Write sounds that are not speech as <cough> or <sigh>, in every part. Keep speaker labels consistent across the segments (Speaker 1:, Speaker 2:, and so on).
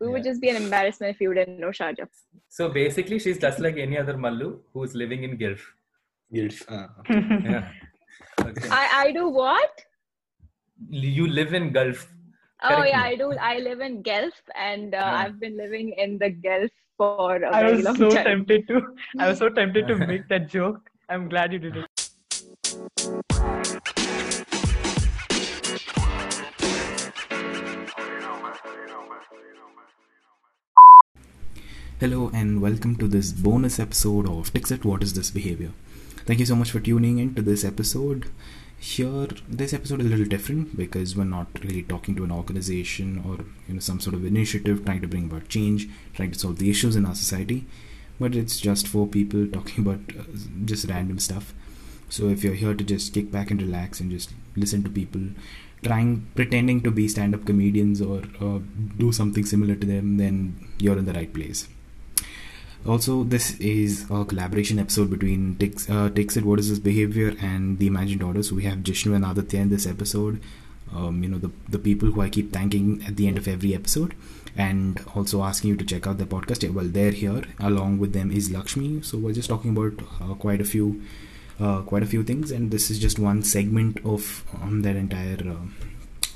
Speaker 1: We would
Speaker 2: Yeah.
Speaker 1: just be an embarrassment if you didn't know Sharjah.
Speaker 2: So basically, she's just like any other Mallu who's living in Gilf.
Speaker 1: <laughs>
Speaker 3: Guilt. Ah, okay.
Speaker 1: Hmm.
Speaker 2: Yeah. Okay.
Speaker 1: I, I do what?
Speaker 2: you live in Gulf.
Speaker 1: Oh
Speaker 2: Correct
Speaker 1: yeah,
Speaker 2: me.
Speaker 1: I do. I live in Guelph, and uh,
Speaker 2: Yeah.
Speaker 1: I've been living in the Guelph for a
Speaker 4: I
Speaker 1: very
Speaker 4: was
Speaker 1: long
Speaker 4: so
Speaker 1: time.
Speaker 4: tempted to. I
Speaker 1: <laughs>
Speaker 4: was so tempted to make that joke. I'm glad you did it.
Speaker 5: Hello and welcome to this bonus episode of Tixit What is this behavior? Thank you so much for tuning in to this episode. Here this episode is a little different because we're not really talking to an organization or you know some sort of initiative trying to bring about change, trying to solve the issues in our society, but it's just four people <laughs> talking about uh, just random stuff. So if you're here to just kick back and relax and just listen to people trying pretending to be stand-up comedians or uh, do something similar to them, then you're in the right place. Also, this is a collaboration episode between Tix, uh, Tixit, What Is This Behavior, and The Imagined Order. So we have Jishnu and Aditya in this episode. Um, you know, the, the people who I keep thanking at the end of every episode. And also asking you to check out their podcast. Yeah, Well, they're here. Along with them is Lakshmi. So we're just talking about uh, quite a few uh, quite a few things. And this is just one segment of um, that entire... Uh,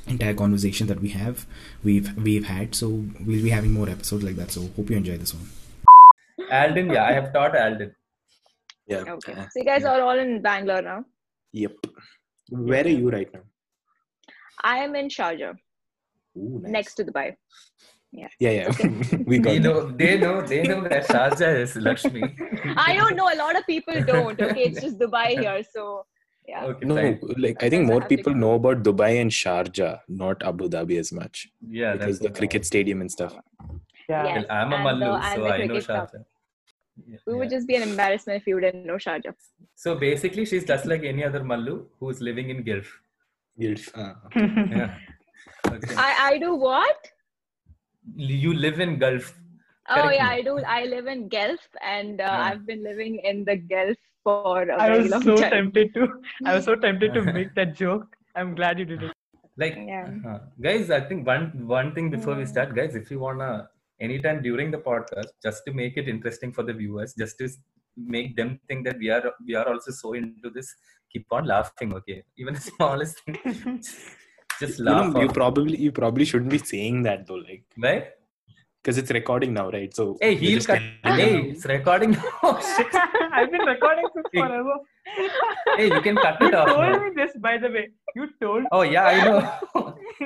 Speaker 5: entire conversation that we have we've we've had so we'll be having more episodes like that so hope you enjoy this one
Speaker 2: Alden, yeah, I have taught Alden.
Speaker 3: Yeah.
Speaker 1: Okay,
Speaker 3: Uh,
Speaker 1: so you guys are all in Bangalore now.
Speaker 3: yep. Where are you right now?
Speaker 1: I am in Sharjah,
Speaker 3: Ooh, nice.
Speaker 1: next to Dubai.
Speaker 3: Yeah, yeah. <laughs> we got
Speaker 2: They
Speaker 3: it.
Speaker 2: know, they know, they know that Sharjah is Lakshmi.
Speaker 1: <laughs> I don't know. A lot of people don't. Okay, it's just Dubai here. So yeah,
Speaker 2: Okay,
Speaker 3: No,
Speaker 2: fine.
Speaker 3: like I think
Speaker 1: Sometimes I
Speaker 3: more
Speaker 1: have to
Speaker 3: people
Speaker 1: go.
Speaker 3: know about Dubai and Sharjah, not Abu Dhabi as much
Speaker 2: Yeah,
Speaker 3: because the
Speaker 2: that's-
Speaker 3: cricket stadium and stuff.
Speaker 4: Yeah.
Speaker 1: Yes,
Speaker 2: I'm a
Speaker 1: and the-
Speaker 2: Mallu,
Speaker 1: and
Speaker 2: so
Speaker 1: the
Speaker 2: I know
Speaker 1: cricket club.
Speaker 2: Sharjah. Yeah,
Speaker 1: we would
Speaker 2: yeah.
Speaker 1: just be an embarrassment if you didn't know Sharjah.
Speaker 2: So basically, she's just like any other Mallu who's living in Gilf.
Speaker 1: <laughs>
Speaker 3: Guilt.
Speaker 2: uh,
Speaker 3: Ah,
Speaker 1: Hmm.
Speaker 3: okay.
Speaker 2: Yeah. Okay.
Speaker 1: I, I do what?
Speaker 2: you live in Gulf.
Speaker 1: Oh
Speaker 2: Correct
Speaker 1: yeah,
Speaker 2: me.
Speaker 1: I do. I live in Guelph, and uh,
Speaker 2: Yeah.
Speaker 1: I've been living in the Guelph for a
Speaker 4: I
Speaker 1: very
Speaker 4: was
Speaker 1: long
Speaker 4: so
Speaker 1: time.
Speaker 4: tempted to. I was so
Speaker 1: <laughs>
Speaker 4: tempted to make that joke. I'm glad you did it.
Speaker 2: Like,
Speaker 1: Yeah.
Speaker 2: uh-huh. guys, I think one one thing before
Speaker 1: Hmm.
Speaker 2: we start, guys, if you wanna anytime during the podcast, just to make it interesting for the viewers, just to s- make them think that we are we are also so into this, keep on laughing. Okay, even the smallest thing,
Speaker 1: <laughs>
Speaker 2: just
Speaker 3: You,
Speaker 2: laugh.
Speaker 3: know, you
Speaker 2: off,
Speaker 3: probably you probably shouldn't be saying that though, like
Speaker 2: right?
Speaker 3: because it's recording now, right? So
Speaker 2: Hey,
Speaker 3: you
Speaker 2: he'll
Speaker 3: just
Speaker 2: cut.
Speaker 3: can-
Speaker 2: Hey, it's recording. <laughs> oh, shit.
Speaker 4: I've been recording this forever.
Speaker 2: Hey, you can cut
Speaker 1: <laughs>
Speaker 4: You
Speaker 2: it off.
Speaker 4: told
Speaker 2: now.
Speaker 4: me this, by the way. You told
Speaker 2: Oh yeah, I know.
Speaker 4: <laughs>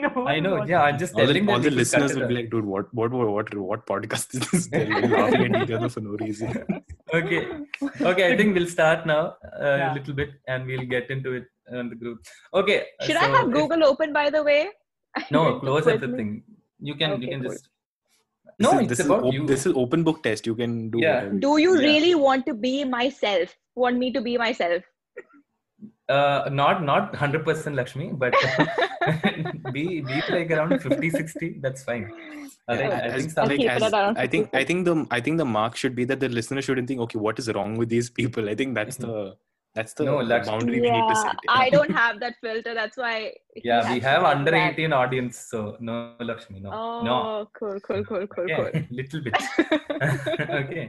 Speaker 4: no.
Speaker 2: I know.
Speaker 4: one
Speaker 2: Yeah, I'm just
Speaker 3: all
Speaker 2: telling
Speaker 3: the, all
Speaker 2: them
Speaker 3: the
Speaker 2: you should cut
Speaker 3: listeners
Speaker 2: it
Speaker 3: will be like, dude, what what what what, what podcast is
Speaker 2: <laughs>
Speaker 3: this? They'll be laughing at each other for no reason.
Speaker 2: okay okay i think we'll start now uh, a
Speaker 4: Yeah.
Speaker 2: little bit and we'll get into it on the group okay
Speaker 1: Should
Speaker 2: so
Speaker 1: I have
Speaker 2: if-
Speaker 1: Google open, by the way? <laughs>
Speaker 2: no close
Speaker 1: Quickly.
Speaker 2: everything you can you
Speaker 1: Okay,
Speaker 2: can
Speaker 1: cool.
Speaker 2: just no
Speaker 3: this is,
Speaker 2: it's
Speaker 3: this
Speaker 2: about
Speaker 3: is op-
Speaker 2: you
Speaker 3: this is open book test. You can do.
Speaker 2: Yeah.
Speaker 3: whatever you-
Speaker 1: Do you
Speaker 2: Yeah.
Speaker 1: really want to be myself? Want me to be
Speaker 2: <laughs>
Speaker 1: myself?
Speaker 2: uh, not not 100% lakshmi but <laughs> be be like around 50 60 that's fine i think, I
Speaker 3: As-
Speaker 2: think some,
Speaker 1: I'll keep it at around
Speaker 3: I think
Speaker 1: 50%.
Speaker 3: I think the I think the mark should be that the listener shouldn't think, okay, what is wrong with these people? I think that's the that's the
Speaker 2: Mm-hmm. No, Laksh-
Speaker 3: boundary we need to set. yeah.
Speaker 1: I don't have that filter. That's why. he
Speaker 2: <laughs> yeah
Speaker 1: has
Speaker 2: we
Speaker 1: to
Speaker 2: have
Speaker 1: do
Speaker 2: under
Speaker 1: that.
Speaker 2: 18 audience so no lakshmi no
Speaker 1: Oh,
Speaker 2: no
Speaker 1: cool, cool, cool, cool,
Speaker 2: yeah,
Speaker 1: cool.
Speaker 2: <laughs> little bit
Speaker 1: <laughs>
Speaker 2: okay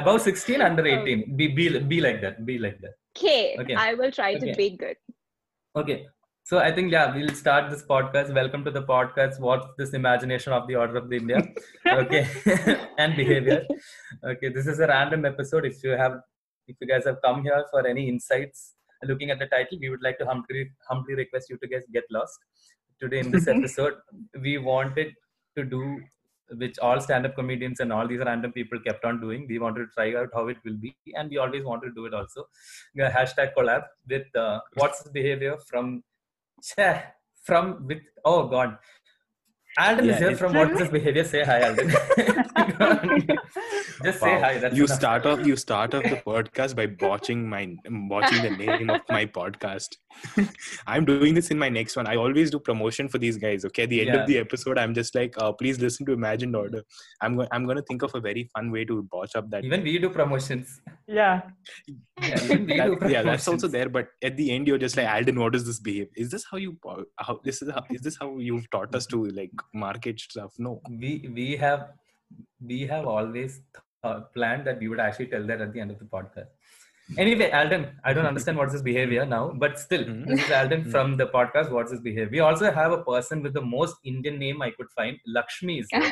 Speaker 2: above 16 under
Speaker 1: Oh.
Speaker 2: 18 be, be be like that be like that
Speaker 1: Okay,
Speaker 2: Okay.
Speaker 1: I will try to
Speaker 2: Okay.
Speaker 1: be good.
Speaker 2: Okay. So I think yeah, we'll start this podcast. Welcome to the podcast. What's this imagination of the order of the India? Okay. <laughs> and behavior. Okay. This is a random episode. If you have if you guys have come here for any insights looking at the title, we would like to humbly humbly request you to guys get lost. Today in this episode, we wanted to do which all stand-up comedians and all these random people kept on doing. We wanted to try out how it will be, and we always wanted to do it also. Yeah, hashtag collab with uh, what's his behavior from Cheh, from with oh god, Alden is
Speaker 3: Yeah,
Speaker 2: here
Speaker 3: it-
Speaker 2: from what's his behavior. Say hi, Alden. <laughs> Just say
Speaker 3: Wow.
Speaker 2: hi. That's
Speaker 3: you
Speaker 2: enough.
Speaker 3: start off you start off the podcast by botching my botching the name of my podcast. <laughs> I'm doing this in my next one. I always do promotion for these guys. Okay, at the end
Speaker 2: Yeah.
Speaker 3: of the episode, I'm just like, uh, please listen to Imagined Order. I'm going I'm gonna think of a very fun way to botch up that.
Speaker 2: Even we do
Speaker 3: <laughs>
Speaker 2: promotions.
Speaker 4: Yeah.
Speaker 2: Yeah, <laughs> even we do
Speaker 3: That-
Speaker 2: promotions.
Speaker 3: yeah, <laughs> that's also there. But at uh, the end, you're just like, Alden, what does this behave? Is this how you? How this is how is this how you've taught us to like market stuff.
Speaker 2: <laughs>
Speaker 3: No.
Speaker 2: we we have we have always uh, planned that we would actually tell that at the end of the podcast anyway alden i don't understand what's his behavior now but still
Speaker 1: Hmm.
Speaker 3: Mhm.
Speaker 2: this is alden
Speaker 3: Mhm.
Speaker 2: from the podcast what's his behavior we also have a person with the most indian name i could find lakshmi is
Speaker 1: <laughs>
Speaker 2: here.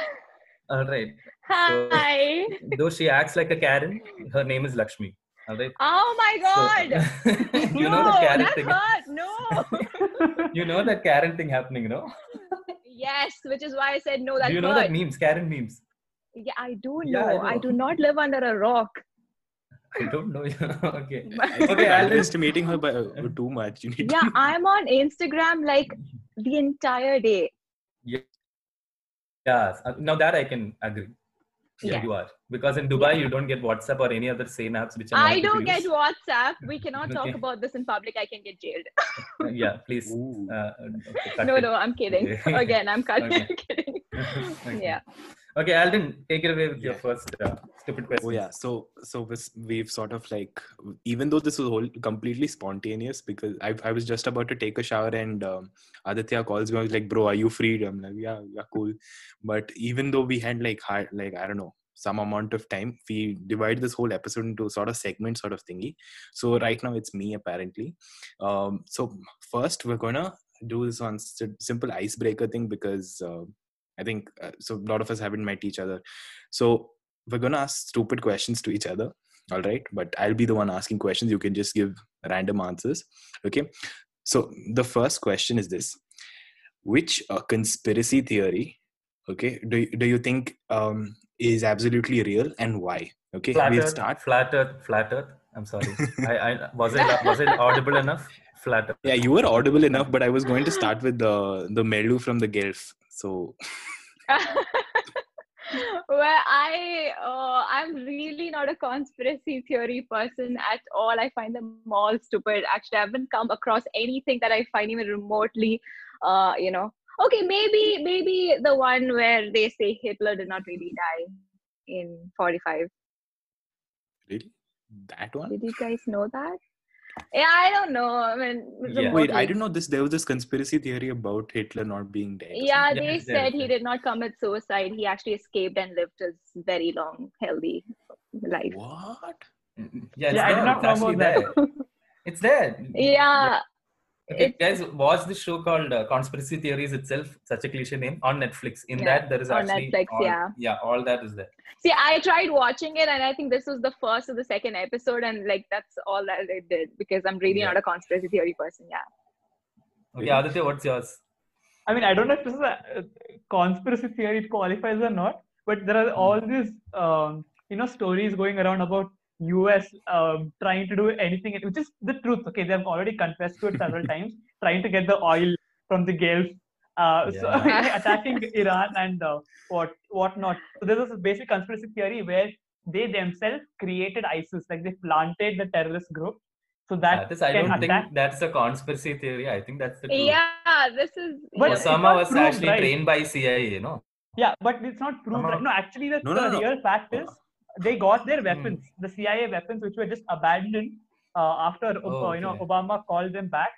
Speaker 2: all right
Speaker 1: Hi.
Speaker 2: though she acts like a karen her name is lakshmi all right
Speaker 1: Oh my
Speaker 2: So-
Speaker 1: god.
Speaker 2: <laughs> you
Speaker 1: no,
Speaker 2: know the karen
Speaker 1: that
Speaker 2: thing
Speaker 1: hurt.
Speaker 2: <laughs>
Speaker 1: No.
Speaker 2: you know that karen thing happening you know
Speaker 1: yes, which is why I said no. That
Speaker 2: Do you know
Speaker 1: hurt.
Speaker 2: that memes karen memes
Speaker 1: yeah, I do know.
Speaker 2: Yeah, I
Speaker 1: I,
Speaker 2: know.
Speaker 1: do not live under a
Speaker 2: <laughs>
Speaker 1: rock.
Speaker 2: i don't know <laughs> okay
Speaker 3: I think
Speaker 2: Okay,
Speaker 3: you're
Speaker 2: I'll-
Speaker 3: underestimating her by, uh, too much. You need
Speaker 1: yeah, I'm on Instagram like the entire day.
Speaker 2: Yes. uh, Now that I can agree. Yeah,
Speaker 1: Yeah.
Speaker 2: you are. Because in Dubai, you don't get WhatsApp or any other same apps which are not
Speaker 1: I don't
Speaker 2: people
Speaker 1: get
Speaker 2: use.
Speaker 1: WhatsApp. We cannot talk
Speaker 2: Okay.
Speaker 1: about this in public. I can get jailed. <laughs>
Speaker 2: <laughs> Yeah, please.
Speaker 3: to- Ooh.
Speaker 2: Uh, okay, cut
Speaker 1: no,
Speaker 2: it.
Speaker 1: no, I'm kidding.
Speaker 2: Okay.
Speaker 1: Again, I'm cutting.
Speaker 2: Okay.
Speaker 1: kidding.
Speaker 2: <laughs>
Speaker 1: <laughs>
Speaker 2: Okay.
Speaker 1: Yeah.
Speaker 2: Okay, Alden, take it away with your
Speaker 3: Yeah.
Speaker 2: first uh, stupid question.
Speaker 3: Oh yeah, so so this we've sort of like even though this was whole completely spontaneous because I I was just about to take a shower and um, Aditya calls me. I was like, "Bro, are you free?" I'm like, "Yeah, yeah, cool." But even though we had like hard, like I don't know some amount of time, we divide this whole episode into sort of segment sort of thingy. So right now it's me apparently. Um, so first we're gonna do this on si- simple icebreaker thing because uh, I think uh, so. A lot of us haven't met each other, so we're gonna ask stupid questions to each other all right but i'll be the one asking questions you can just give random answers okay so the first question is this which uh, conspiracy theory okay do, you- do you think um, is absolutely real and why okay
Speaker 2: Flat
Speaker 3: we'll
Speaker 2: Earth,
Speaker 3: start
Speaker 2: Flat Earth, Flat Earth. I'm
Speaker 3: <laughs>
Speaker 2: sorry. I, I was it was it audible enough? Flat Earth.
Speaker 3: yeah you were audible enough but i was going to start with the the melu from the gulf so
Speaker 1: <laughs> well, I uh, I'm really not a conspiracy theory person at all. I find them all stupid. Actually, I haven't come across anything that I find even remotely, uh, you know. Okay, maybe maybe the one where they say Hitler did not really die in 45.
Speaker 3: really that one
Speaker 1: Did you guys know that? Yeah, I don't know. I mean,
Speaker 2: Yeah.
Speaker 3: wait i
Speaker 1: remotely.
Speaker 3: didn't know this there was this conspiracy theory about hitler not being dead or
Speaker 1: Yeah,
Speaker 2: Yeah,
Speaker 1: they
Speaker 2: it's there,
Speaker 1: said
Speaker 2: it's
Speaker 1: he
Speaker 2: there.
Speaker 1: did not commit suicide. He actually escaped and lived his very long, healthy
Speaker 3: something.
Speaker 1: life.
Speaker 3: what
Speaker 2: Yeah, it's
Speaker 4: Yeah, I did
Speaker 2: there.
Speaker 4: not
Speaker 2: It's
Speaker 4: know
Speaker 2: actually
Speaker 4: about
Speaker 1: <laughs>
Speaker 2: there. It's there.
Speaker 1: Yeah,
Speaker 2: Okay,
Speaker 1: It's-
Speaker 2: guys, watch the show called uh, Conspiracy Theories itself, such a cliche name, on Netflix. In
Speaker 1: Yeah,
Speaker 2: that, there is
Speaker 1: on
Speaker 2: actually.
Speaker 1: Netflix,
Speaker 2: all,
Speaker 1: yeah.
Speaker 2: Yeah, all that is there.
Speaker 1: See, I tried watching it, and I think this was the first or the second episode, and like that's all that I did because I'm really
Speaker 2: Yeah.
Speaker 1: not a conspiracy theory person. Yeah.
Speaker 2: Okay,
Speaker 3: Yeah.
Speaker 2: Aditya, what's yours?
Speaker 4: I mean, I don't know if this is a uh, conspiracy theory it qualifies or not, but there are all these um, you know stories going around about U.S. Um, trying to do anything, which is the truth. Okay, they have already confessed to it several times, trying to get the oil from the Gulf, uh, so,
Speaker 1: Yeah.
Speaker 4: <laughs> attacking Iran and uh, what what not. So there's this basic conspiracy theory where they themselves created ISIS, like they planted the terrorist group, so that
Speaker 2: That is, Uh, I
Speaker 4: can
Speaker 2: don't think
Speaker 4: attack-
Speaker 2: that's a conspiracy theory. I think that's the truth.
Speaker 1: Yeah, this is.
Speaker 4: But
Speaker 1: yeah. <laughs>
Speaker 4: it's some-
Speaker 2: Osama
Speaker 4: not
Speaker 2: was
Speaker 4: proved,
Speaker 2: actually
Speaker 4: right?
Speaker 2: trained by CIA, you know.
Speaker 4: Yeah, but it's not proved.
Speaker 2: Amount-
Speaker 4: right? No, actually, the,
Speaker 3: Uh-huh. No,
Speaker 4: the
Speaker 3: no, no. Uh-huh. Hmm.
Speaker 4: real fact is they got their weapons, the CIA weapons, which were just abandoned uh, after Ob-
Speaker 2: Oh,
Speaker 4: uh, you know
Speaker 2: okay.
Speaker 4: Obama called them back.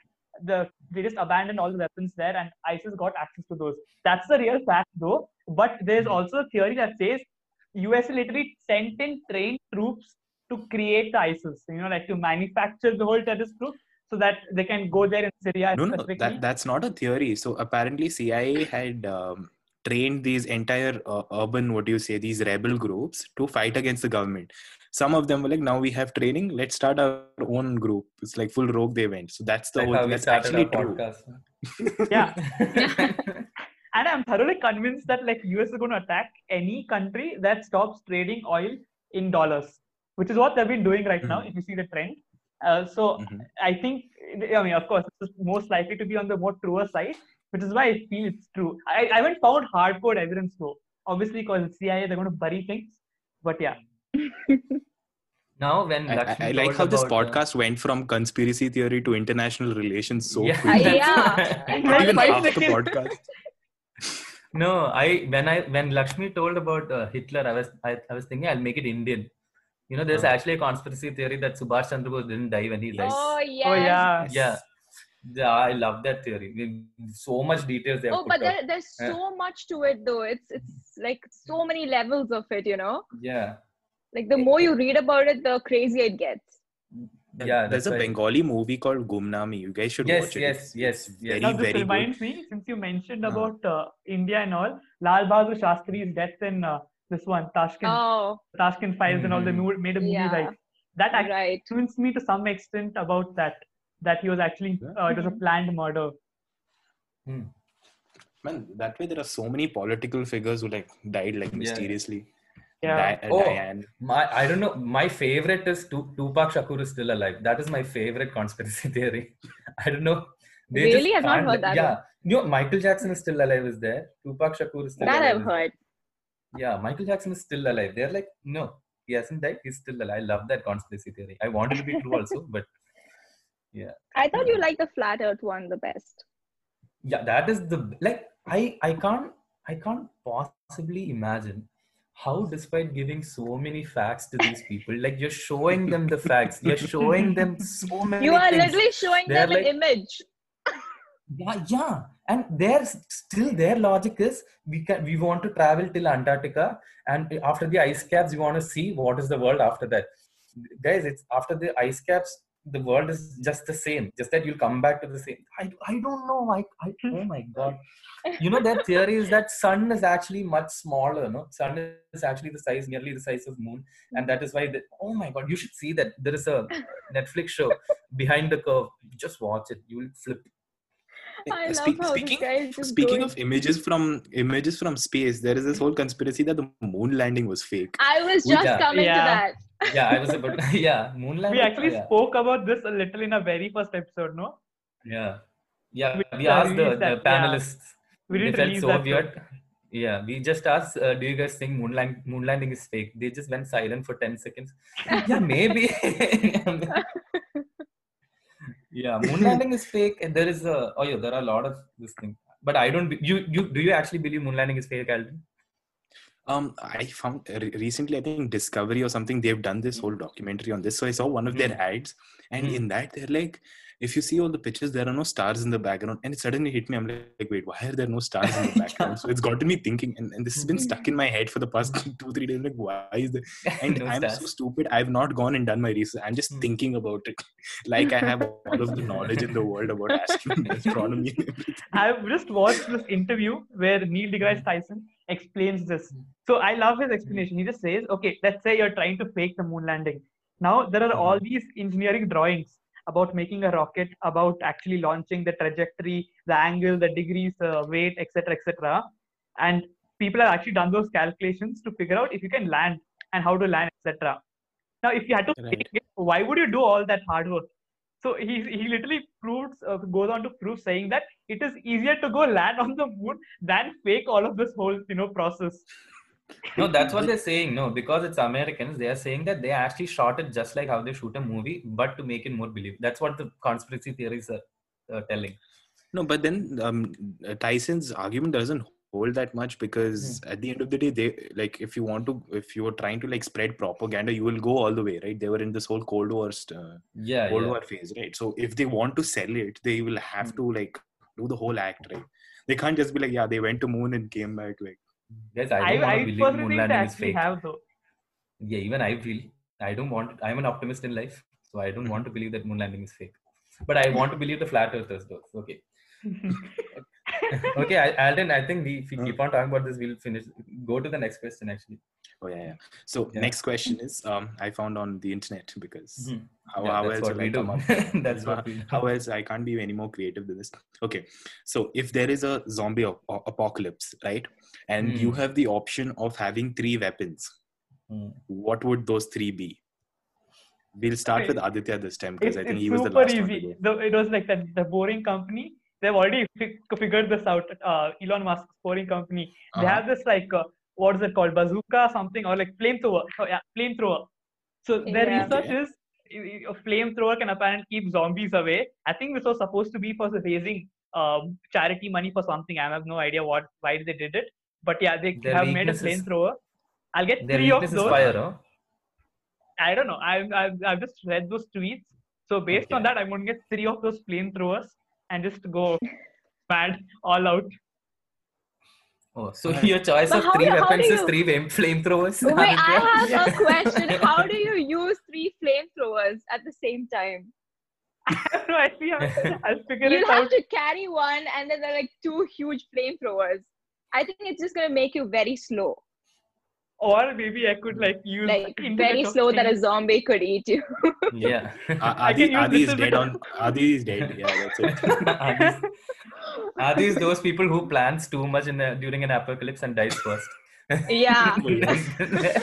Speaker 4: The they just abandoned all the weapons there, and ISIS got access to those. That's the real fact, though. But there's
Speaker 3: Hmm.
Speaker 4: also a theory that says US literally sent in trained troops to create the ISIS. You know, like to manufacture the whole terrorist group so that they can go there in Syria
Speaker 3: no no
Speaker 4: specifically.
Speaker 3: that, that's not a theory so apparently cia had um, trained these entire uh, urban what do you say these rebel groups to fight against the government some of them were like now we have training let's start our own group it's like full rogue they went so that's the
Speaker 2: Like
Speaker 3: whole
Speaker 2: how
Speaker 3: thing.
Speaker 2: we
Speaker 3: that's
Speaker 2: started
Speaker 3: actually
Speaker 2: our
Speaker 3: true
Speaker 2: podcast.
Speaker 4: Yeah. And I'm thoroughly convinced that like US is going to attack any country that stops trading oil in dollars, which is what they've been doing right
Speaker 3: Mm-hmm.
Speaker 4: now. If you see the trend, uh, so
Speaker 3: Mhm.
Speaker 4: I think I mean, of course, this is most likely to be on the more truer side, which is why I feel it's true. I, I haven't found hardcore evidence though. Obviously, because it's CIA, they're going to bury things. But yeah,
Speaker 2: <laughs> now, when
Speaker 3: I, I-
Speaker 2: Lakshmi
Speaker 3: I like
Speaker 2: told
Speaker 3: how this
Speaker 2: about, uh,
Speaker 3: podcast went from conspiracy theory to international relations so
Speaker 2: yeah,
Speaker 3: quick.
Speaker 1: <laughs>
Speaker 2: <laughs>
Speaker 1: Yeah.
Speaker 2: that's-
Speaker 3: Not even
Speaker 4: Five
Speaker 3: half the
Speaker 4: seconds.
Speaker 3: podcast.
Speaker 2: No, I when I when Lakshmi told about uh, Hitler, I was I, I was thinking I'll make it Indian. You know,
Speaker 1: Uh-huh.
Speaker 2: there's
Speaker 3: Ah.
Speaker 2: actually a conspiracy theory that Subhash Chandra Bose didn't die when he died.
Speaker 1: Oh yes.
Speaker 4: oh yeah,
Speaker 2: Yeah, Yeah, I love that theory. We- So much details they have
Speaker 1: oh,
Speaker 2: put
Speaker 1: but
Speaker 2: out.
Speaker 1: there, there's
Speaker 2: Yeah.
Speaker 1: so much to it, though. It's it's like so many levels of it. You know,
Speaker 2: Yeah,
Speaker 1: like the more you read about it, the crazier it gets.
Speaker 2: yeah.
Speaker 3: there's
Speaker 2: that's
Speaker 3: a
Speaker 2: why-
Speaker 3: Bengali movie called Gumnami. You guys should
Speaker 2: Yes,
Speaker 3: watch it.
Speaker 2: yes, yes,
Speaker 3: It's
Speaker 2: yes.
Speaker 3: Very,
Speaker 4: Now, this
Speaker 3: very good.
Speaker 4: reminds me, since you mentioned
Speaker 3: Uh-huh.
Speaker 4: about uh, India and all, Lal Bahadur Shastri's death in uh, this one, Tashkent,
Speaker 1: Oh,
Speaker 4: Tashkent Files, and all they
Speaker 2: Mhm.
Speaker 4: mo- made a movie
Speaker 1: Mm-hmm. Yeah.
Speaker 4: like that. Actually
Speaker 1: right.
Speaker 4: convinced me to some extent about that. That he was actually
Speaker 3: Yeah.
Speaker 4: uh, it was a planned murder.
Speaker 3: Man, that way there are so many political figures who like died like
Speaker 2: Yeah.
Speaker 3: mysteriously.
Speaker 4: Yeah,
Speaker 3: Di-
Speaker 2: Oh.
Speaker 3: Diane.
Speaker 2: My, I don't know. My favorite is Tu- Tupac Shakur is still alive. That is my favorite <laughs> conspiracy theory. I don't know. just
Speaker 1: Really? I've not
Speaker 2: can't-
Speaker 1: heard that
Speaker 2: Yeah, you know, Michael Jackson is still alive. Is there? Tupac Shakur is still
Speaker 1: That
Speaker 2: alive.
Speaker 1: I've
Speaker 2: is-
Speaker 1: heard.
Speaker 2: Yeah, Michael Jackson is still alive. They're like, no, he hasn't died. He's still alive. I love that conspiracy theory. I want it to be true
Speaker 1: <laughs>
Speaker 2: also, but
Speaker 1: I thought you liked the flat Earth one the best.
Speaker 2: yeah that is the like i i can't i can't possibly imagine how despite giving so many facts to these people like you're showing them the facts you're showing them so many
Speaker 1: You are
Speaker 2: things.
Speaker 1: literally showing
Speaker 2: They're
Speaker 1: them an image.
Speaker 2: yeah yeah and their still their logic is we can we want to travel till antarctica and after the ice caps we want to see what is the world after that guys it's after the ice caps the world is just the same just that you'll come back to the same i, I don't know I, I oh my god you know their theory is that sun is actually much smaller no sun is actually the size nearly the size of moon and that is why the, oh my god you should see that there is a netflix show behind the curve just watch it you will flip
Speaker 1: I love
Speaker 3: Speak-
Speaker 1: how
Speaker 3: speaking
Speaker 1: this guy is just
Speaker 3: Speaking
Speaker 1: going-
Speaker 3: of images from images from space, there is this whole conspiracy that the moon landing was fake.
Speaker 1: I was
Speaker 2: We-
Speaker 1: just
Speaker 2: Yeah.
Speaker 1: coming to
Speaker 4: Yeah.
Speaker 1: that.
Speaker 2: yeah, I was about <laughs> yeah, moonlight.
Speaker 4: we actually
Speaker 2: yeah,
Speaker 4: spoke about this a little in our very first episode. No,
Speaker 2: yeah, yeah.
Speaker 4: Which
Speaker 2: We
Speaker 4: are
Speaker 2: asked the,
Speaker 4: released
Speaker 2: the
Speaker 4: that- yeah.
Speaker 2: panelists.
Speaker 4: we
Speaker 2: they
Speaker 4: didn't
Speaker 2: felt
Speaker 4: release
Speaker 2: so
Speaker 4: that.
Speaker 2: weird. <laughs> Yeah, we just asked, uh, do you guys think moonlight moon landing is fake? They just went silent for ten
Speaker 4: <laughs>
Speaker 2: seconds. yeah, maybe. <laughs> yeah, moon landing is fake, and there is a oh yeah, there are a lot of this thing. But I don't. be- You you do you actually believe moon landing is fake, Alvin?
Speaker 3: Um, I found re- recently, I think Discovery or something, they've done this whole documentary on this. So I saw one of their
Speaker 2: Mm.
Speaker 3: ads, and
Speaker 2: Mm.
Speaker 3: in that, they're like, if you see all the pictures, there are no stars in the background. And it suddenly hit me. I'm like, wait, why are there no stars in
Speaker 2: <laughs>
Speaker 3: the background? So it's gotten me thinking, and, and this has
Speaker 2: Hmm.
Speaker 3: been stuck in my head for the past <laughs> two, three days. like, why is there?
Speaker 2: <laughs>
Speaker 3: And
Speaker 2: No
Speaker 3: I'm so
Speaker 2: stars.
Speaker 3: stupid. I've not gone and done my research. I'm just
Speaker 2: Mm.
Speaker 3: thinking about it. <laughs> Like I have all of the knowledge in the world about astronomy, <laughs> astronomy and everything.
Speaker 4: I've just watched this interview where Neil deGrasse Tyson explains this. So I love his explanation. He just says, okay, let's say you're trying to fake the moon landing. Now there are all these engineering drawings about making a rocket, about actually launching the trajectory, the angle, the degrees, the weight, etc., etc. And people have actually done those calculations to figure out if you can land and how to land, etc. Now, if you had to
Speaker 3: Right.
Speaker 4: fake it, why would you do all that hard work? So he he literally proves uh, goes on to prove saying that it is easier to go land on the moon than fake all of this whole you know process.
Speaker 2: No, that's what they're saying. No, because it's Americans, they are saying that they actually shot it just like how they shoot a movie, but to make it more believable. That's what the conspiracy theories are uh, telling.
Speaker 3: No, but then um, uh, Tyson's argument doesn't hold that much because
Speaker 2: Hmm.
Speaker 3: at the end of the day, they like if you want to, if you are trying to like spread propaganda, you will go all the way, right? They were in this whole Cold War, st- uh,
Speaker 2: Yeah,
Speaker 3: Cold
Speaker 2: yeah.
Speaker 3: War phase, right? So if they want to sell it, they will have
Speaker 2: Mm.
Speaker 3: to like do the whole act, right? They can't just be like, yeah, they went to moon and came back, like
Speaker 2: Guys, I don't want to believe
Speaker 4: personally
Speaker 2: moon
Speaker 4: think they
Speaker 2: landing is
Speaker 4: actually
Speaker 2: fake.
Speaker 4: have though.
Speaker 2: Yeah, even I feel I don't want. I'm an optimist in life, so I don't want to believe that moon landing is fake. But I want to believe the flat earthers, though.
Speaker 4: <laughs>
Speaker 2: Okay, okay, I, Alden. I think we, if we
Speaker 3: Huh?
Speaker 2: keep on talking about this, we'll finish. Go to the next question, actually.
Speaker 3: oh yeah, yeah. So
Speaker 2: Yeah.
Speaker 3: next question is, um, I found on the internet because
Speaker 4: Mm-hmm.
Speaker 2: Mhm.
Speaker 3: Hmm. how,
Speaker 2: Yeah,
Speaker 3: how
Speaker 2: that's
Speaker 3: else
Speaker 2: what
Speaker 3: will
Speaker 2: we
Speaker 3: I come
Speaker 2: do. <laughs>
Speaker 3: up
Speaker 4: <laughs>
Speaker 2: that's what we do.
Speaker 3: how else i can't be any more creative than this okay so if there is a zombie ap- a- apocalypse right and you
Speaker 4: Mm.
Speaker 2: Hmm.
Speaker 3: have the option of having three weapons
Speaker 2: Hmm.
Speaker 3: what would those three be we'll start with aditya this time because
Speaker 4: It's,
Speaker 3: i think
Speaker 4: it's
Speaker 3: he was the
Speaker 4: super
Speaker 3: last one to
Speaker 4: easy.
Speaker 3: go.
Speaker 4: Though it was like that the boring company. They've already fi- figured this out. Uh, Elon Musk's boring company. They
Speaker 3: Uh-huh.
Speaker 4: have this like uh, what is it called, bazooka something or like flamethrower. Oh, yeah, flamethrower. So their
Speaker 1: Yeah.
Speaker 4: research
Speaker 3: Okay.
Speaker 4: is i- i- a flamethrower can apparently keep zombies away. I think this was supposed to be for raising um, charity money for something. I have no idea what why they did it, but yeah, they
Speaker 2: Their
Speaker 4: have made a
Speaker 2: weakness is-
Speaker 4: flamethrower. I'll get
Speaker 2: Their
Speaker 4: three of
Speaker 2: weakness is
Speaker 4: those.
Speaker 2: fire, huh?
Speaker 4: I don't know. I've, I've, I've just read those tweets. So based on
Speaker 2: Okay.
Speaker 4: that, I'm going to get three of those flamethrowers. and just go mad all out. <laughs>
Speaker 2: Oh, so your choice
Speaker 1: But
Speaker 2: of
Speaker 1: how
Speaker 2: three
Speaker 1: do- how do
Speaker 2: weapons is
Speaker 1: you-
Speaker 2: three flame- flamethrowers.
Speaker 1: Wait, I
Speaker 2: Aditya.
Speaker 1: have a question. How do you use three flamethrowers at the same time?
Speaker 4: no, I see. I'll, I'll figure
Speaker 1: You'll
Speaker 4: it out.
Speaker 1: have to carry one, and then there are like two huge flamethrowers. I think it's just gonna make you very slow,
Speaker 4: Or maybe I could like use
Speaker 1: like
Speaker 4: <laughs> Internet
Speaker 1: very
Speaker 4: of
Speaker 1: slow that a
Speaker 4: Things.
Speaker 1: zombie could eat you.
Speaker 2: <laughs> yeah.
Speaker 4: <laughs> I can
Speaker 3: Adi,
Speaker 4: use
Speaker 3: Adi
Speaker 4: this
Speaker 3: is
Speaker 4: as a
Speaker 3: dead
Speaker 4: <laughs>
Speaker 3: on. Adi is dead. Yeah, that's it.
Speaker 2: Adi's, Adi's those people who plans too much in a, during an apocalypse and dies
Speaker 1: <laughs>
Speaker 2: first.
Speaker 1: yeah.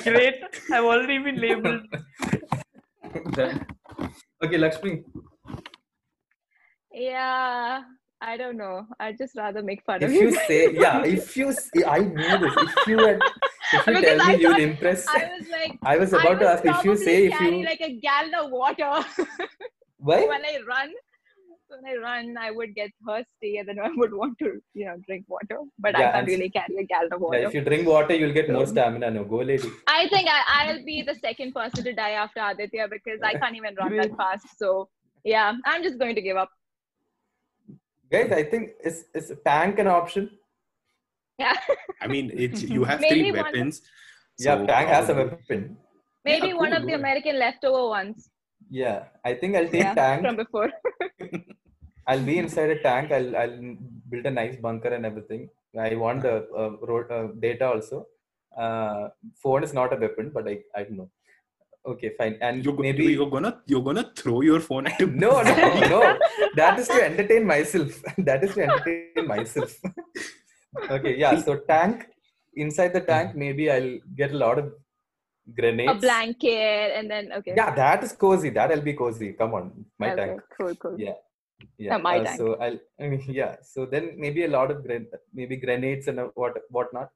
Speaker 4: Great. I've already been
Speaker 3: <laughs>
Speaker 4: labeled.
Speaker 2: <laughs> okay, Lakshmi.
Speaker 1: Yeah, I don't know. I'd just rather make fun
Speaker 2: If
Speaker 1: of
Speaker 2: you
Speaker 1: <laughs> you.
Speaker 2: say, yeah, if you, s- I knew this. If you, had, if you
Speaker 1: Because
Speaker 2: tell
Speaker 1: I
Speaker 2: me you'll
Speaker 1: thought
Speaker 2: impress,
Speaker 1: I was
Speaker 2: <laughs>
Speaker 1: like,
Speaker 2: I was
Speaker 1: I
Speaker 2: about to
Speaker 1: will
Speaker 2: ask if you
Speaker 1: probably
Speaker 2: say if
Speaker 1: carry,
Speaker 2: you
Speaker 1: like a gallon of water
Speaker 2: why
Speaker 1: when I run. When I run, I would get thirsty, and then <laughs> I would want to, you know, drink water. But
Speaker 2: Yeah,
Speaker 1: I can't
Speaker 2: and-
Speaker 1: really carry a gallon of water.
Speaker 2: yeah, if you drink water you'll get more stamina. No, go lady.
Speaker 1: I think I, I'll be the second person to die after Aditya because
Speaker 2: <laughs>
Speaker 1: I can't even run that fast. So yeah, I'm just going to give up.
Speaker 2: Guys, I think is is tank an option?
Speaker 1: Yeah,
Speaker 3: I mean, it's you have
Speaker 1: Maybe
Speaker 3: three
Speaker 1: one-
Speaker 3: weapons.
Speaker 2: yeah,
Speaker 3: so uh,
Speaker 2: tank has a
Speaker 3: probably-
Speaker 2: weapon.
Speaker 1: maybe one
Speaker 3: cool,
Speaker 1: of
Speaker 3: go
Speaker 1: the
Speaker 3: ahead.
Speaker 1: American leftover ones.
Speaker 2: Yeah, I think I'll take
Speaker 1: Yeah,
Speaker 2: tank.
Speaker 1: from before.
Speaker 2: I'll be inside a tank. I'll I'll build a nice bunker and everything. I want the uh, ro- uh, data also. Uh, phone is not a weapon, but I I don't know. Okay, fine. And
Speaker 3: You're,
Speaker 2: maybe
Speaker 3: maybe you're gonna you're gonna throw your phone at him.
Speaker 2: <laughs> no, no, no. That is to entertain myself. <laughs> That is to entertain myself. <laughs> okay, yeah. So tank inside the tank. Maybe I'll get a lot of grenades.
Speaker 1: A blanket, and then okay.
Speaker 2: Yeah, that is cozy. That'll be cozy. Come on, my
Speaker 1: okay,
Speaker 2: tank.
Speaker 1: Cool, cool.
Speaker 2: Yeah. Yeah.
Speaker 1: Uh, my tank.
Speaker 2: So I'll <laughs> I mean, yeah. So then maybe a lot of gran- maybe grenades and uh, what whatnot,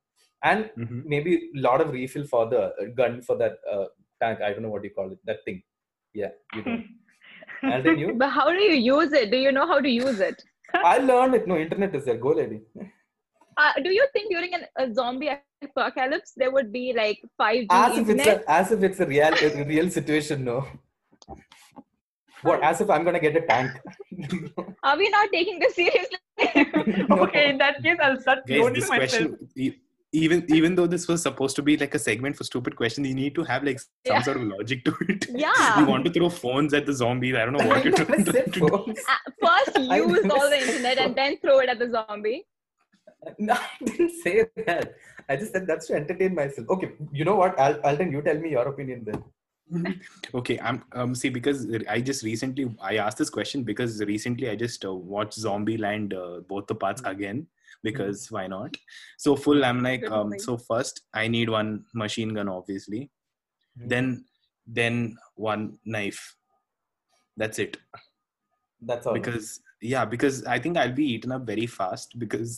Speaker 2: and
Speaker 3: <laughs> Mhm.
Speaker 2: maybe a lot of refill for the uh, gun for that uh, tank. I don't know what you call it. That thing. Yeah. You <laughs> know. and
Speaker 4: <laughs>
Speaker 2: then you.
Speaker 1: But how do you use it? Do you know how to use it?
Speaker 2: I learned it. No internet is there. Go <laughs> lady.
Speaker 1: Uh, do you think during an, a zombie apocalypse there would be like 5G
Speaker 2: As if it's
Speaker 1: internet?
Speaker 2: a, as if it's a real a real situation. No. What? As if I'm gonna get a <laughs> tank.
Speaker 1: Are we not taking this <laughs> seriously?
Speaker 2: No.
Speaker 4: Okay, in that case, I'll start
Speaker 3: Guys,
Speaker 4: cloning
Speaker 3: this
Speaker 4: myself.
Speaker 3: question e- even even though this was supposed to be like a segment for stupid questions, you need to have like some
Speaker 1: Yeah.
Speaker 3: sort of logic to it.
Speaker 1: yeah.
Speaker 3: <laughs> You want to throw phones at the zombies. I don't know <laughs> what
Speaker 2: I
Speaker 3: you're trying
Speaker 2: never
Speaker 3: to
Speaker 2: said
Speaker 3: do.
Speaker 2: phones.
Speaker 1: Uh, First,
Speaker 2: I
Speaker 1: use
Speaker 2: never
Speaker 1: all the
Speaker 3: <laughs>
Speaker 2: said
Speaker 1: internet and then throw it at the zombie.
Speaker 2: <laughs> No, I didn't say that. I just said that's to entertain myself. Okay, you know what? Al- Alden, you tell me your opinion then.
Speaker 3: Okay, I'm um see because I just recently I asked this question because recently I just uh, watched Zombieland uh, both the parts again because why not? So full I'm like
Speaker 1: Good
Speaker 3: um
Speaker 1: point.
Speaker 3: so first I need one machine gun obviously. Then then one knife. That's it.
Speaker 2: that's all.
Speaker 3: Because yeah, because I think I'll be eaten up very fast because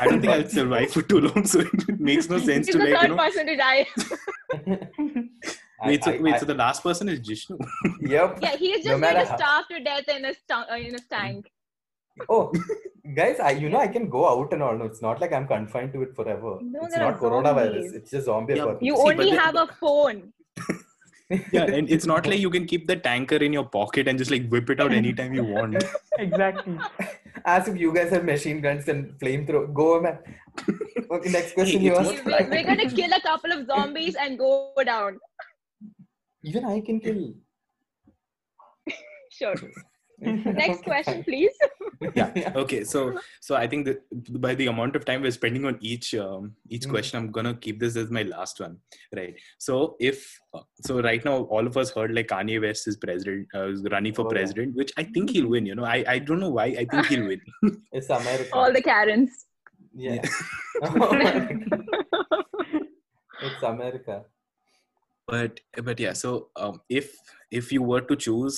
Speaker 3: I don't think I'll survive for too long. So it makes no sense
Speaker 1: He's
Speaker 3: to
Speaker 1: the
Speaker 3: like you
Speaker 1: third
Speaker 3: know.
Speaker 1: person to die.
Speaker 2: <laughs>
Speaker 1: <laughs>
Speaker 2: I-
Speaker 3: Wait, so,
Speaker 2: I-
Speaker 3: wait,
Speaker 2: I-
Speaker 3: so the last person is Jishnu.
Speaker 2: <laughs> yep.
Speaker 1: Yeah,
Speaker 2: No
Speaker 1: he's just going
Speaker 2: matter
Speaker 1: to
Speaker 2: how-
Speaker 1: starve to death in his, ta- uh, in his tank.
Speaker 2: Oh, guys, I you know I can go out and all. No, it's not like I'm confined to it forever.
Speaker 1: No,
Speaker 2: it's
Speaker 1: there
Speaker 2: not
Speaker 1: are
Speaker 2: coronavirus.
Speaker 1: zombies.
Speaker 2: It's just zombie
Speaker 3: Yeah,
Speaker 2: apocalypse.
Speaker 1: You
Speaker 3: See, but
Speaker 1: only
Speaker 3: the-
Speaker 1: have a
Speaker 2: <laughs>
Speaker 1: phone.
Speaker 3: yeah, and it's not like you can keep the tanker in your pocket and just like whip it out anytime you want. <laughs>
Speaker 4: Exactly. <laughs>
Speaker 2: As if you guys have machine guns and flamethrower. Go,
Speaker 3: <laughs>
Speaker 2: man. Okay, next question
Speaker 3: Hey,
Speaker 2: you
Speaker 3: it's
Speaker 1: We-
Speaker 2: asked.
Speaker 1: <laughs>
Speaker 3: Most
Speaker 1: we- We're going to kill a couple of zombies and go down.
Speaker 2: Even I can kill.
Speaker 1: Sure.
Speaker 2: <laughs> Okay,
Speaker 1: Next question,
Speaker 2: fine.
Speaker 1: please.
Speaker 3: Yeah. Okay, so so I think that by the amount of time we're spending on each um, each
Speaker 2: Mm.
Speaker 3: question, I'm gonna keep this as my last one, right? So if so, right now all of us heard like Kanye West is president, uh, is running for
Speaker 2: Oh, yeah.
Speaker 3: president, which I think he'll win. You know, I I don't know why I think he'll
Speaker 2: <laughs>
Speaker 3: win.
Speaker 2: It's America.
Speaker 1: All the
Speaker 2: <laughs>
Speaker 1: Karens.
Speaker 3: <laughs>
Speaker 1: Uh,
Speaker 2: Yeah. Oh my God. it's America. <laughs>
Speaker 3: but but yeah so um, if if you were to choose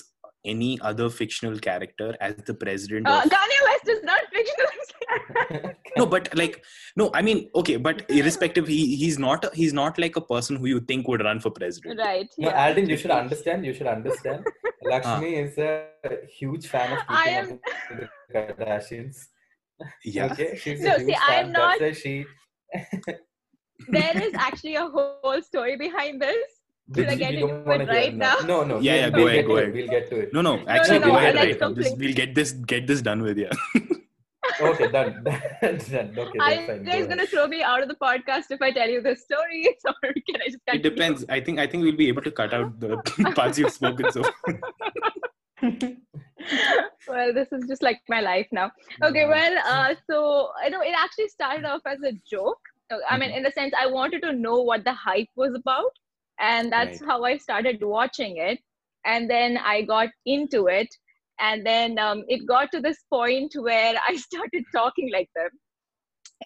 Speaker 3: any other fictional character as the president
Speaker 1: Uh,
Speaker 3: of,
Speaker 1: Kanye West is not fictional. <laughs>
Speaker 3: no but like no i mean okay but irrespective he he's not a, he's not like a person who you think would run for president
Speaker 1: right.
Speaker 2: No,
Speaker 1: Yeah. Ah.
Speaker 2: Alden, you should understand. You should understand.
Speaker 1: <laughs>
Speaker 2: Lakshmi is a huge fan of
Speaker 1: I
Speaker 2: keeping up with the Kardashians.
Speaker 3: yeah
Speaker 2: Okay? She's
Speaker 1: No,
Speaker 2: a
Speaker 1: see,
Speaker 2: huge
Speaker 1: I
Speaker 2: fan.
Speaker 1: am
Speaker 2: That's why she.
Speaker 1: There is actually a whole story behind this. Should I
Speaker 2: We-
Speaker 1: get
Speaker 2: we
Speaker 1: into
Speaker 2: don't wanna
Speaker 1: it
Speaker 2: hear
Speaker 1: right
Speaker 2: now.
Speaker 1: now?
Speaker 2: No, no.
Speaker 3: Yeah,
Speaker 2: we'll-
Speaker 3: yeah, go
Speaker 2: we'll get
Speaker 3: ahead, go
Speaker 2: to it,
Speaker 3: ahead.
Speaker 2: We'll get to it.
Speaker 1: <laughs>
Speaker 3: No, no.
Speaker 1: no,
Speaker 3: Actually,
Speaker 1: no,
Speaker 3: go
Speaker 1: I
Speaker 3: ahead
Speaker 1: like
Speaker 3: right now. Just,
Speaker 1: complete-
Speaker 3: we'll get this get this done with. Yeah.
Speaker 2: Okay, done. <laughs> done. Okay,
Speaker 1: Are
Speaker 2: that's
Speaker 1: you
Speaker 2: fine. go
Speaker 1: guys
Speaker 2: ahead.
Speaker 1: gonna throw me out of the podcast if I tell you the <laughs> stories, or can I just?
Speaker 3: It
Speaker 1: continue?
Speaker 3: depends. I think I think we'll be able to cut out the <laughs> parts you've spoken. So
Speaker 1: <laughs> well, this is just like my life now. Okay, well, uh, so I know it actually started off as a joke. Uh, I mean, in the sense, I wanted to know what the hype was about, and that's
Speaker 3: Right.
Speaker 1: how I started watching it. And then I got into it, and then um, it got to this point where <laughs> I started talking like them.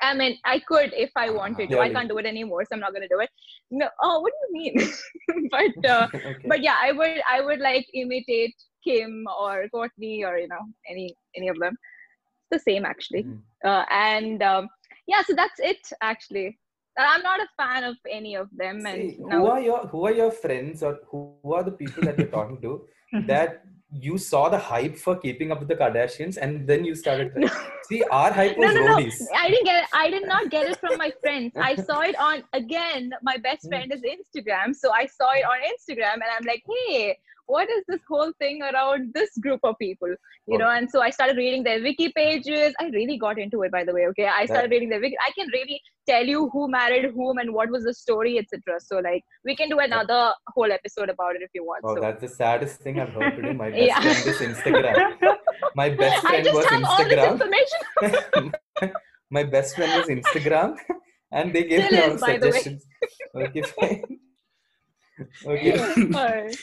Speaker 1: I mean, I could if I wanted to. I
Speaker 2: Really?
Speaker 1: can't do it anymore, so I'm not gonna do it. No, oh, what do you mean? <laughs> but uh,
Speaker 2: Okay.
Speaker 1: but yeah i would i would like imitate kim or courtney or you know any any of them it's the same actually <laughs>
Speaker 2: Mm.
Speaker 1: uh, and um, yeah so that's it actually Uh, i'm not a fan of any of them and
Speaker 2: See, who
Speaker 1: no
Speaker 2: are your who are your friends or who who are the people that you're talking
Speaker 1: <laughs>
Speaker 2: to that you saw the hype for keeping up with the Kardashians and then you started
Speaker 1: <laughs> No.
Speaker 2: see our hype
Speaker 1: no
Speaker 2: was
Speaker 1: no no
Speaker 2: roadies.
Speaker 1: i didn't get it i did not get it from my friends i saw it on again my best friend is instagram so i saw it on instagram and i'm like hey what is this whole thing around this group of people you
Speaker 2: Oh.
Speaker 1: know and so i started reading their wiki pages i really got into it by the way okay i started reading their wiki i can really tell you who married whom and what was the story etc so like we can do another whole episode about it if you want
Speaker 2: Wow,
Speaker 1: so
Speaker 2: that's the saddest thing I've heard today.
Speaker 1: <laughs>
Speaker 2: My best
Speaker 1: Yeah.
Speaker 2: friend is Instagram. My
Speaker 1: <laughs>
Speaker 2: best
Speaker 1: i
Speaker 2: friend
Speaker 1: just
Speaker 2: was
Speaker 1: have all this
Speaker 2: Instagram. <laughs>
Speaker 1: information <laughs>
Speaker 2: My best friend was Instagram, <laughs> and they gave
Speaker 1: Still
Speaker 2: me all
Speaker 1: is,
Speaker 2: the
Speaker 1: by the way.
Speaker 2: suggestions.
Speaker 1: <laughs>
Speaker 2: Okay, fine. <laughs> Okay,
Speaker 3: <laughs>
Speaker 1: Alright.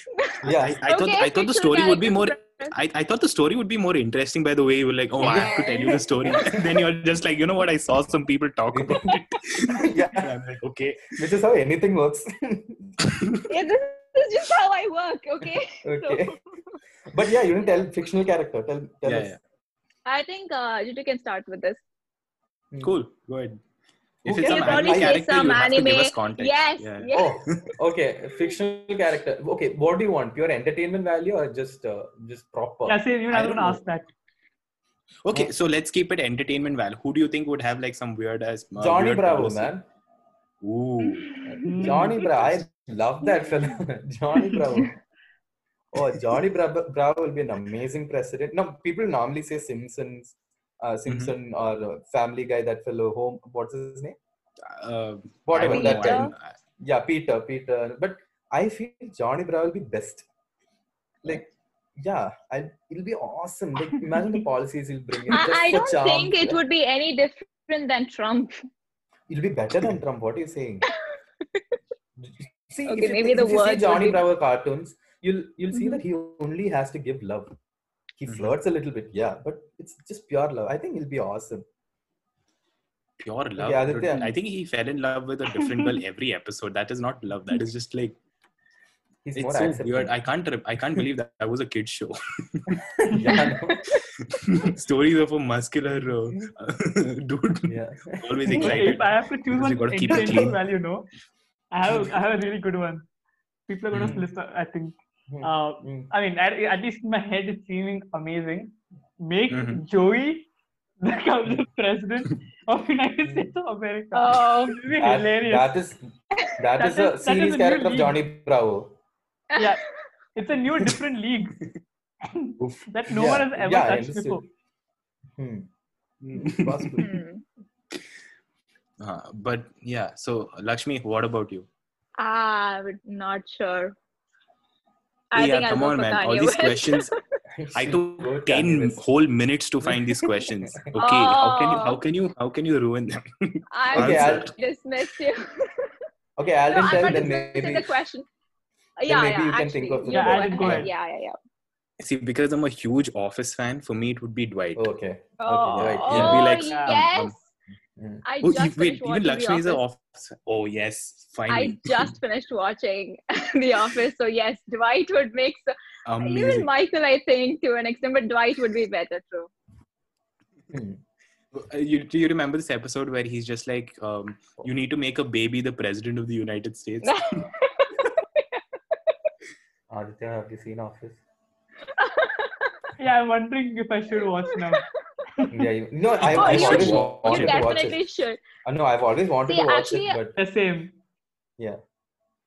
Speaker 2: yeah. <laughs>
Speaker 3: I, I thought
Speaker 1: Okay,
Speaker 3: I thought
Speaker 1: fictional
Speaker 3: the story would be more.
Speaker 1: characters.
Speaker 3: I, I thought the story would be more interesting by the way you were like, oh, I have to tell you the
Speaker 1: <laughs>
Speaker 3: story. And then you're just like, you know what? I saw some people talk about it. <laughs> And
Speaker 2: yeah,
Speaker 3: I'm like, okay.
Speaker 2: which is how anything works. <laughs>
Speaker 1: yeah, this is just how I work,
Speaker 3: <laughs>
Speaker 1: okay?
Speaker 2: okay,
Speaker 1: So
Speaker 2: but yeah, you didn't tell fictional character. Tell, tell
Speaker 3: Yeah,
Speaker 2: us.
Speaker 3: yeah.
Speaker 1: I think uh, you two can start with this.
Speaker 3: Cool. Go ahead. If
Speaker 2: Who
Speaker 3: it's
Speaker 2: can
Speaker 3: some
Speaker 2: probably
Speaker 3: anime
Speaker 2: say
Speaker 3: character,
Speaker 1: some
Speaker 3: you have to give
Speaker 1: anime.
Speaker 3: us context.
Speaker 1: Yes,
Speaker 3: Yeah.
Speaker 1: yes.
Speaker 2: Oh, okay. Fictional character. Okay, what do you want? Pure entertainment value or just uh, just proper?
Speaker 4: Yeah, see, even
Speaker 3: I
Speaker 4: I was
Speaker 3: don't
Speaker 4: gonna
Speaker 3: know.
Speaker 4: ask that.
Speaker 3: Okay,
Speaker 2: Oh.
Speaker 3: so let's keep it entertainment value. Who do you think would have like some weird ass uh,
Speaker 2: Johnny
Speaker 3: weird
Speaker 2: Bravo,
Speaker 3: policy?
Speaker 2: man.
Speaker 3: Ooh.
Speaker 2: Johnny Bravo. I love that fellow. <laughs> Johnny Bravo. Oh, Johnny Bravo, Bravo will be an amazing president. Now, people normally say Simpsons, uh, Simpson or uh, Family Guy, that fellow, home, what's his name?
Speaker 1: Hmm.
Speaker 3: Uh, I
Speaker 2: Whatever
Speaker 3: don't know.
Speaker 2: that
Speaker 3: I
Speaker 1: Peter.
Speaker 2: guy.
Speaker 3: don't, uh, I-
Speaker 2: Yeah, Peter, Peter. But I feel Johnny Bravo will be best. Like, yeah, I, it'll be awesome. Like, imagine the policies he'll bring in.
Speaker 1: I,
Speaker 2: just
Speaker 1: I
Speaker 2: for
Speaker 1: don't
Speaker 2: charm.
Speaker 1: think it would be any different than
Speaker 3: <laughs>
Speaker 1: Trump.
Speaker 2: It'll be better than Trump. What are you
Speaker 1: <laughs>
Speaker 2: saying? see, if
Speaker 1: Okay,
Speaker 2: you-
Speaker 1: maybe the
Speaker 2: if you see
Speaker 1: words would
Speaker 2: Johnny
Speaker 1: be-
Speaker 2: Bravo cartoons, you'll you'll see
Speaker 1: Mhm.
Speaker 2: that he only has to give love. He
Speaker 3: Mhm.
Speaker 2: flirts a little bit, yeah, but it's just pure love. I think it'll be awesome.
Speaker 3: pure love.
Speaker 2: Yeah,
Speaker 3: dude.
Speaker 2: Aditya.
Speaker 3: I think he fell in love with a different girl every episode. That is not love. That is just like
Speaker 2: He's
Speaker 3: it's
Speaker 2: more
Speaker 3: so
Speaker 2: accepting. <laughs>
Speaker 3: weird. I can't. re- I can't believe that that was a kid show. <laughs>
Speaker 2: yeah, no,
Speaker 3: Stories of a muscular uh, <laughs> dude
Speaker 2: yeah.
Speaker 3: always
Speaker 1: <laughs>
Speaker 4: If
Speaker 3: excited.
Speaker 4: I have to
Speaker 3: Because
Speaker 4: choose one
Speaker 3: you gotta keep it
Speaker 4: entertainment
Speaker 3: clean.
Speaker 4: value, no, I have I have a really good one. People are gonna
Speaker 2: Mhm.
Speaker 3: Hmm.
Speaker 4: listen. I think.
Speaker 2: Mhm.
Speaker 4: Uh,
Speaker 2: Mm.
Speaker 4: I mean, at, at least in my head, it's seeming amazing. Make
Speaker 3: Mhm.
Speaker 4: Joey <laughs> become the president of United States of America.
Speaker 1: Oh,
Speaker 4: It will be
Speaker 2: That-
Speaker 4: hilarious.
Speaker 2: that is that
Speaker 4: That
Speaker 2: is a
Speaker 4: is- that is
Speaker 2: series
Speaker 4: a new
Speaker 2: character of
Speaker 4: league.
Speaker 2: Johnny Bravo.
Speaker 4: yeah, it's a new, different league
Speaker 3: Oof.
Speaker 4: <laughs> that no
Speaker 2: Yeah,
Speaker 4: one has ever
Speaker 2: yeah, I
Speaker 4: touched
Speaker 2: understood.
Speaker 4: before.
Speaker 2: Hmm.
Speaker 3: Mm.
Speaker 1: <laughs>
Speaker 2: Possible.
Speaker 1: hmm.
Speaker 3: Uh, but yeah. So Lakshmi, what about you?
Speaker 1: I'm not sure. I
Speaker 3: yeah,
Speaker 1: think I'll
Speaker 3: come
Speaker 1: go
Speaker 3: on,
Speaker 1: for
Speaker 3: man. All
Speaker 1: Kanye
Speaker 3: these
Speaker 1: West.
Speaker 3: questions.
Speaker 2: <laughs>
Speaker 3: I
Speaker 2: Go
Speaker 3: took ten
Speaker 2: candidates.
Speaker 3: whole minutes to find these
Speaker 2: <laughs>
Speaker 3: questions. Okay, how can you?
Speaker 1: Oh.
Speaker 3: How can you? How can you ruin them?
Speaker 1: <laughs>
Speaker 3: <laughs>
Speaker 1: I
Speaker 2: Okay, I'll-
Speaker 1: dismissed you.
Speaker 2: Okay, I'll
Speaker 1: no,
Speaker 2: just
Speaker 1: I'm
Speaker 2: tell
Speaker 1: not
Speaker 2: then
Speaker 1: dismissing
Speaker 2: maybe.
Speaker 1: the question.
Speaker 2: maybe
Speaker 1: Yeah, yeah,
Speaker 2: you can
Speaker 1: actually,
Speaker 2: think of
Speaker 1: you
Speaker 4: Yeah,
Speaker 1: go
Speaker 4: I'll go
Speaker 1: ahead.
Speaker 4: ahead.
Speaker 1: Yeah, yeah, yeah.
Speaker 3: See, because I'm a huge Office fan, for me it would be Dwight.
Speaker 2: Oh, okay.
Speaker 1: Oh,
Speaker 2: right.
Speaker 3: He'll be like,
Speaker 1: oh,
Speaker 3: um, um,
Speaker 1: yes.
Speaker 2: Mm.
Speaker 1: I
Speaker 3: Oh,
Speaker 1: just
Speaker 3: you- wait,
Speaker 1: finished watching
Speaker 3: even
Speaker 1: The
Speaker 3: Lakshmi is an
Speaker 1: Office.
Speaker 3: office. Oh yes,
Speaker 1: I
Speaker 3: <laughs> finally.
Speaker 1: just finished watching <laughs> The Office, so yes, Dwight would make so- even
Speaker 3: Amazing.
Speaker 1: Michael, I think, to an extent, but Dwight would be better too.
Speaker 2: Hmm.
Speaker 3: Uh, You, do you remember this episode where he's just like, um, you need to make a baby the president of the United
Speaker 1: <laughs>
Speaker 3: States?
Speaker 2: Aditya, have you seen Office?
Speaker 4: Yeah, I'm wondering if I should watch
Speaker 2: <laughs>
Speaker 4: now.
Speaker 2: Yeah, you, no, I,
Speaker 1: Oh,
Speaker 2: I've
Speaker 1: you
Speaker 2: always
Speaker 1: should.
Speaker 2: wanted
Speaker 1: you
Speaker 2: to watch
Speaker 1: definitely
Speaker 2: it.
Speaker 1: should.
Speaker 2: Uh, no, I've always wanted
Speaker 1: See,
Speaker 2: to watch
Speaker 1: actually,
Speaker 2: it, but
Speaker 4: The same.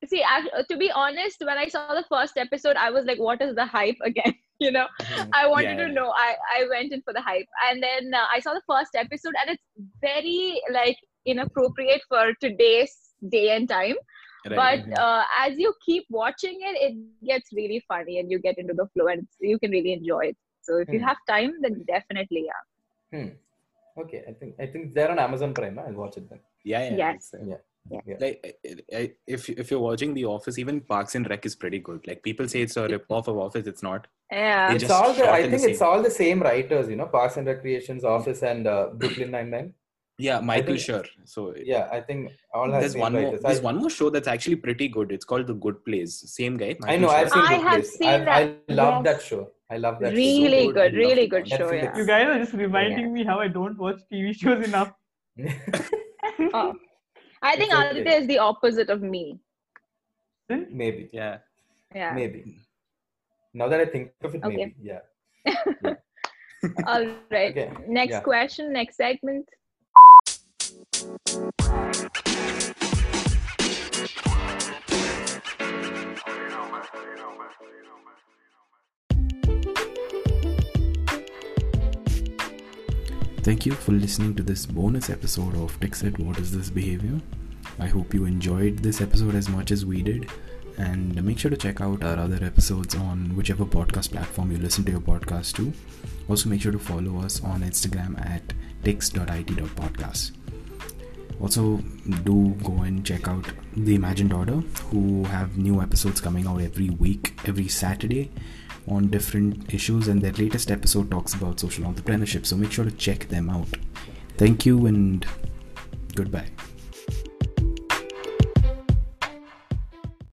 Speaker 1: see ac- uh, to be honest when i saw the first episode i was like what is the hype again <laughs> you know
Speaker 2: hmm,
Speaker 1: i wanted
Speaker 3: Yeah.
Speaker 1: to know i i went in for the hype and then uh, i saw the first episode and it's very like inappropriate for today's day and time
Speaker 3: Right.
Speaker 1: but uh, as you keep watching it it gets really funny and you get into the flow and you can really enjoy it so if you
Speaker 2: Hmm.
Speaker 1: have time then definitely yeah
Speaker 2: Okay, I think I think they're on Amazon Prime. huh? I'll watch it then.
Speaker 3: yeah, yeah,
Speaker 1: Yes.
Speaker 3: it's, uh,
Speaker 2: Yeah. Yeah.
Speaker 3: Like I- I- if if you're watching The Office, even Parks and Rec is pretty good. Like people say it's a rip-off of Office, it's not.
Speaker 1: yeah
Speaker 3: They
Speaker 2: It's
Speaker 3: just
Speaker 2: all the.
Speaker 3: shot
Speaker 2: I
Speaker 3: in the
Speaker 2: think it's
Speaker 3: same-
Speaker 2: all the same writers, you know, Parks and Recreations, Office, and uh, Brooklyn Nine Nine.
Speaker 3: Yeah, Michael
Speaker 2: think-
Speaker 3: Schur. So
Speaker 2: Yeah, I think all have
Speaker 3: there's
Speaker 2: same
Speaker 3: one more.
Speaker 2: writers.
Speaker 3: There's
Speaker 2: I,
Speaker 3: one more show that's actually pretty good. It's called The Good Place. Same guy.
Speaker 2: I
Speaker 3: Michael
Speaker 2: know. I've
Speaker 3: Schur.
Speaker 2: seen.
Speaker 1: I
Speaker 2: Good
Speaker 1: have
Speaker 2: Place.
Speaker 1: seen
Speaker 2: I've- I
Speaker 1: that.
Speaker 2: love
Speaker 1: Yes.
Speaker 2: that show. I love that. show.
Speaker 1: really
Speaker 3: good.
Speaker 1: good
Speaker 3: I love
Speaker 1: really
Speaker 3: it.
Speaker 1: good show
Speaker 2: Netflix.
Speaker 1: yeah
Speaker 4: You guys are just reminding me how I don't watch TV shows
Speaker 2: <laughs>
Speaker 4: enough. <laughs>
Speaker 1: Oh. I think
Speaker 2: It's okay.
Speaker 1: Aditya is the opposite of me.
Speaker 2: maybe.
Speaker 3: Yeah.
Speaker 1: Yeah.
Speaker 2: Maybe. Now that I think of it,
Speaker 1: Okay.
Speaker 2: maybe. Yeah.
Speaker 1: All right.
Speaker 2: Okay.
Speaker 1: Next
Speaker 2: Yeah.
Speaker 1: question, next segment.
Speaker 5: Thank you for listening to this bonus episode of TechSet What is This Behavior? I hope you enjoyed this episode as much as we did. And make sure to check out our other episodes on whichever podcast platform you listen to your podcast to. Also, make sure to follow us on Instagram at text.it.podcast. Also, do go and check out The Imagined Order, who have new episodes coming out every week, every Saturday on different issues, and their latest episode talks about social entrepreneurship. So make sure to check them out. Thank you and goodbye.